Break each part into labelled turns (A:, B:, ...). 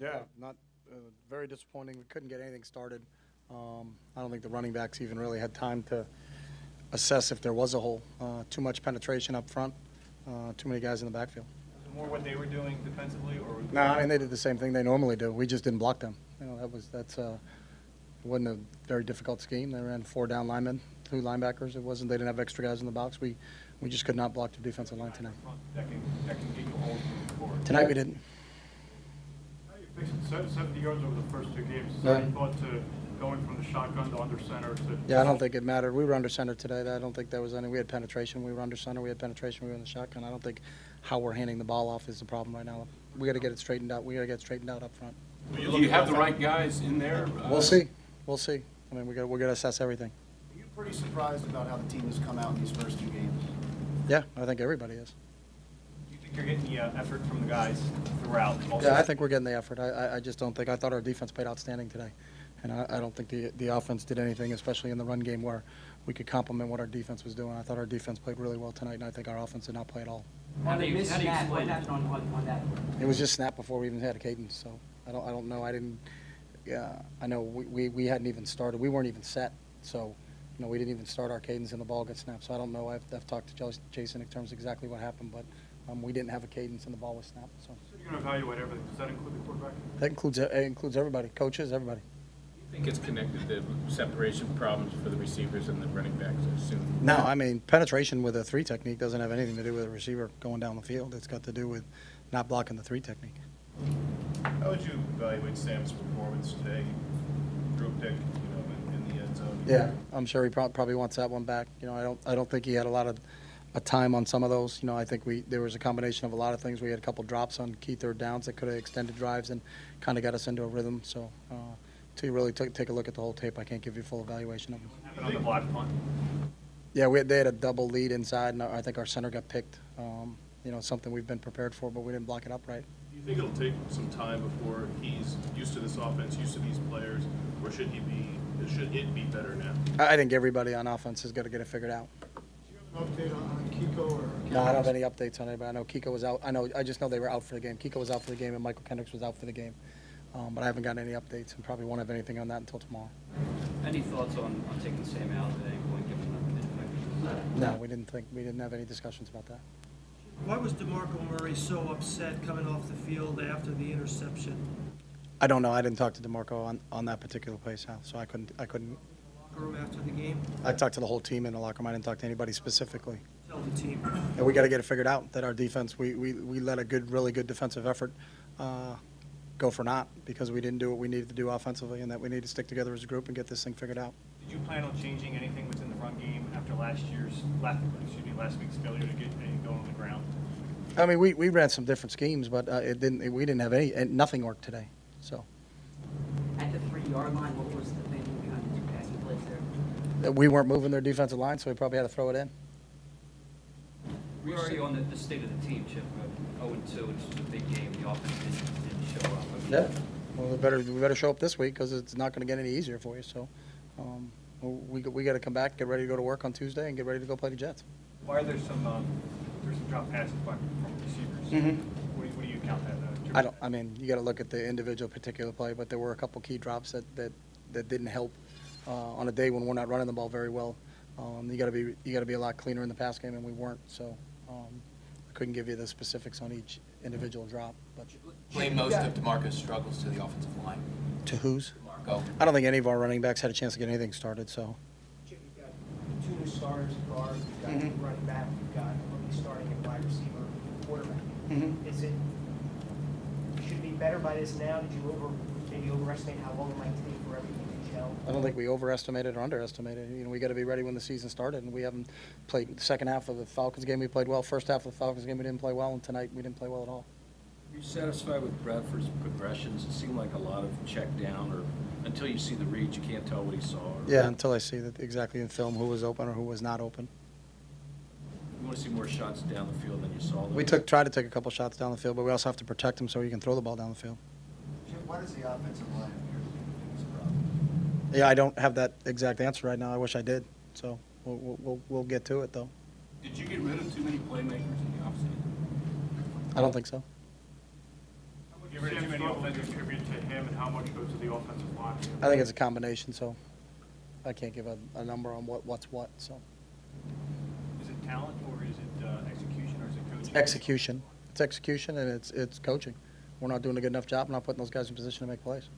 A: Yeah, not, uh, very disappointing. We couldn't get anything started. Um, I don't think the running backs even really had time to assess if there was a hole. Uh, Too much penetration up front, uh, too many guys in the backfield.
B: More what they were doing defensively or?
A: No, I mean, they did the same thing they normally do. We just didn't block them. You know, that was, that's, uh, it wasn't a very difficult scheme. They ran four down linemen, two linebackers. It wasn't, they didn't have extra guys in the box. We, we just could not block the defensive line tonight.
B: That can, that can get you holes moving forward.
A: Tonight we didn't.
B: How you fixing se- 70 yards over the first two games? Is
A: Yeah.
B: there any thought to going from the shotgun to under center to?
A: Yeah, I don't think it mattered. We were under center today. I don't think there was any, we had penetration. We were under center. We had penetration. We were in the shotgun. I don't think how we're handing the ball off is the problem right now. We got to get it straightened out. We got to get it straightened out up front.
C: Do you have the right guys in there? Uh,
B: Uh,
A: We'll see. We'll see. I mean, we got, we're going to assess everything.
D: Are you pretty surprised about how the team has come out in these first two games?
A: Yeah, I think everybody is.
B: Do you think you're getting the uh, effort from the guys throughout? also?
A: Yeah, I think we're getting the effort. I, I, I just don't think, I thought our defense played outstanding today. And I, I don't think the, the offense did anything, especially in the run game where we could complement what our defense was doing. I thought our defense played really well tonight, and I think our offense did not play at all.
E: How
F: On
E: do
F: the
E: you,
F: missed
E: how do you
F: snap, what
E: explain
F: happened on, on, on that?
A: It was just snap before we even had a cadence, so I don't, I don't know, I didn't, yeah, I know, we, we we hadn't even started, we weren't even set, so, you know, we didn't even start our cadence and the ball got snapped, so I don't know, I've, I've talked to Jas- Jason in terms of exactly what happened, but, um, we didn't have a cadence and the ball was snapped, so.
B: So You're going to evaluate everything. Does that include the quarterback?
A: That includes, uh, it includes everybody, coaches, everybody.
C: I think it's connected to separation problems for the receivers and the running backs, I assume.
A: No, I mean, penetration with a three technique doesn't have anything to do with a receiver going down the field, it's got to do with not blocking the three technique.
G: How would you evaluate Sam's performance today? He Drew a pick, you know, in, in the end zone.
A: Yeah, I'm sure he prob- probably wants that one back. You know, I don't, I don't think he had a lot of, a time on some of those. You know, I think we, there was a combination of a lot of things. We had a couple drops on key third downs that could have extended drives and kind of got us into a rhythm. So, uh, till you really took, take a look at the whole tape, I can't give you a full evaluation of him.
B: Happened on the block punt.
A: Yeah, we had, they had a double lead inside, and uh, I think our center got picked. Um, you know, something we've been prepared for, but we didn't block it up right.
G: Do you think it'll take some time before he's used to this offense, used to these players, or should he be, should it be better now?
A: I, I think everybody on offense has got to get it figured out.
D: Update on Kiko or?
A: No, I don't have any updates on it, but I know Kiko was out, I know, I just know they were out for the game. Kiko was out for the game and Michael Kendricks was out for the game. Um, but I haven't gotten any updates and probably won't have anything on that until tomorrow.
E: Any thoughts on, on taking Sam out at any point, given the ineffectiveness?
A: No, we didn't think, we didn't have any discussions about that.
H: Why was DeMarco Murray so upset coming off the field after the interception?
A: I don't know, I didn't talk to DeMarco on, on that particular play, Sal, so I couldn't, I couldn't,
H: Locker room after the game,
A: I talked to the whole team in the locker room, I didn't talk to anybody specifically.
H: tell the team.
A: And we got to get it figured out, that our defense, we, we, we let a good, really good defensive effort uh, go for naught because we didn't do what we needed to do offensively and that we need to stick together as a group and get this thing figured out.
B: Did you plan on changing anything within the run game after last year's, last, excuse me, last week's failure to get anything going on the ground?
A: I mean, we, we ran some different schemes, but uh, it didn't. We didn't have any. And nothing worked today. So
F: At the three yard line, what was the thing moving on the passing plays there?
A: uh, we weren't moving their defensive line, so we probably had to throw it in.
E: Where are you on the, the state of the team, Chip? Uh, 0 and 2, it's just a big game, the offense didn't, didn't show up. I mean,
A: Well, we better we better show up this week because it's not going to get any easier for you. So um, we we got to come back, get ready to go to work on Tuesday, and get ready to go play the Jets.
B: Why are there some, um, there's some drop passes by- from receivers? What do you, what do you count that? uh,
A: Mm-hmm. I don't. I mean, you got to look at the individual particular play, but there were a couple key drops that that, that didn't help uh, on a day when we're not running the ball very well. Um, you got to be you got to be a lot cleaner in the pass game, and we weren't. So um, I couldn't give you the specifics on each individual drop, but
I: blame most of DeMarco's struggles to the offensive line.
A: to whose?
I: DeMarco,
A: I don't think any of our running backs had a chance to get anything started. So
J: Jim, you've got two new starters at guard, you've got a
H: Mm-hmm.
J: new running back, you've got a rookie starting at wide receiver, quarterback.
H: Mm-hmm.
J: Is it, should it be better by this now? Did you over, maybe overestimate how long it might take for everything to gel?
A: I don't think we overestimated or underestimated. You know, we got to be ready when the season started, and we haven't played. The second half of the Falcons game, we played well. First half of the Falcons game, we didn't play well, and tonight we didn't play well at all.
C: Are you satisfied with Bradford's progressions? It seemed like a lot of check down, or until you see the read, you can't tell what he saw. or-
A: Yeah, until I see that exactly in film who was open or who was not open.
C: You want to see more shots down the field than you saw.
A: We took, tried to take a couple shots down the field, but we also have to protect them so you can throw the ball down the field.
D: Jim, why does the offensive line appear to be the biggest problem?
A: Yeah, I don't have that exact answer right now. I wish I did. So we'll, we'll- we'll, we'll get to it, though.
C: Did you get rid of too many playmakers in the offseason?
A: I don't think so.
B: Get rid of too many open been attributed to him and how much goes to the offensive line?
A: I think it's a combination, so I can't give a, a number on what, what's what, so.
B: Is it talent or is it uh, execution or is it coaching?
A: Execution. It's execution and it's, it's coaching. We're not doing a good enough job, not putting those guys in position to make plays.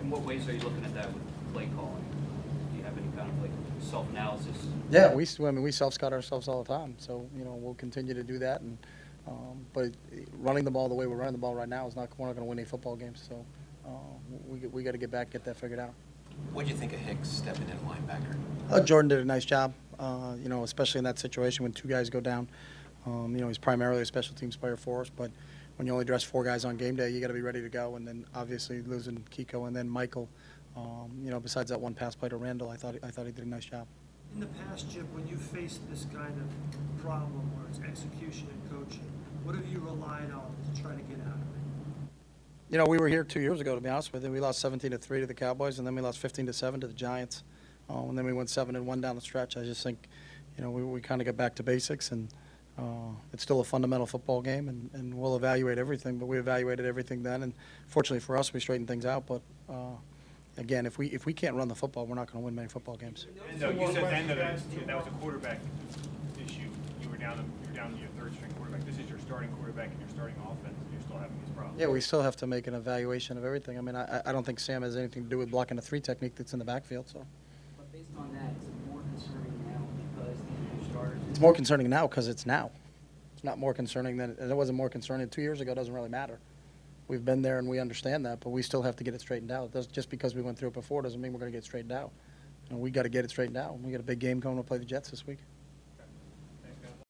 E: In what ways are you looking at that with play calling? Do you have any kind of like self-analysis?
A: Yeah, we, s- I mean, we self-scout ourselves all the time, so, you know, we'll continue to do that, and, um, but it- running the ball the way we're running the ball right now is not, we're not gonna win any football games, so, uh, we, we gotta get back, get that figured out.
I: What'd you think of Hicks stepping in linebacker?
A: Uh, Jordan did a nice job, uh, you know, especially in that situation when two guys go down. Um, you know, he's primarily a special teams player for us, but when you only dress four guys on game day, you got to be ready to go. And then obviously losing Kiko and then Michael, um, you know, besides that one pass play to Randall, I thought I thought he did a nice job.
H: In the past, Chip, when you faced this kind of problem where it's execution and coaching, what have you relied on to try to get out of it?
A: You know, we were here two years ago, to be honest with you. We lost 17 to three to the Cowboys, and then we lost 15 to seven to the Giants, uh, and then we went seven and one down the stretch. I just think, you know, we, we kind of got back to basics, and uh, it's still a fundamental football game, and, and we'll evaluate everything. But we evaluated everything then, and fortunately for us, we straightened things out. But uh, again, if we if we can't run the football, we're not going to win many football games.
B: And No, you said then that it's- that was a quarterback issue. You were down, you were down to your third string quarterback. This is your starting quarterback and your starting offense, and you're still having these problems.
A: Yeah, we still have to make an evaluation of everything. I mean, I, I- I don't think Sam has anything to do with blocking a three technique that's in the backfield. So
F: But based on that, it's more concerning now because the starters.
A: it's more concerning now because it's now. It's not more concerning than it wasn't more concerning two years ago. Doesn't really matter. We've been there and we understand that, but we still have to get it straightened out. That's just because we went through it before doesn't mean we're going to get it straightened out. And we got to get it straightened out. We got a big game coming to play the Jets this week.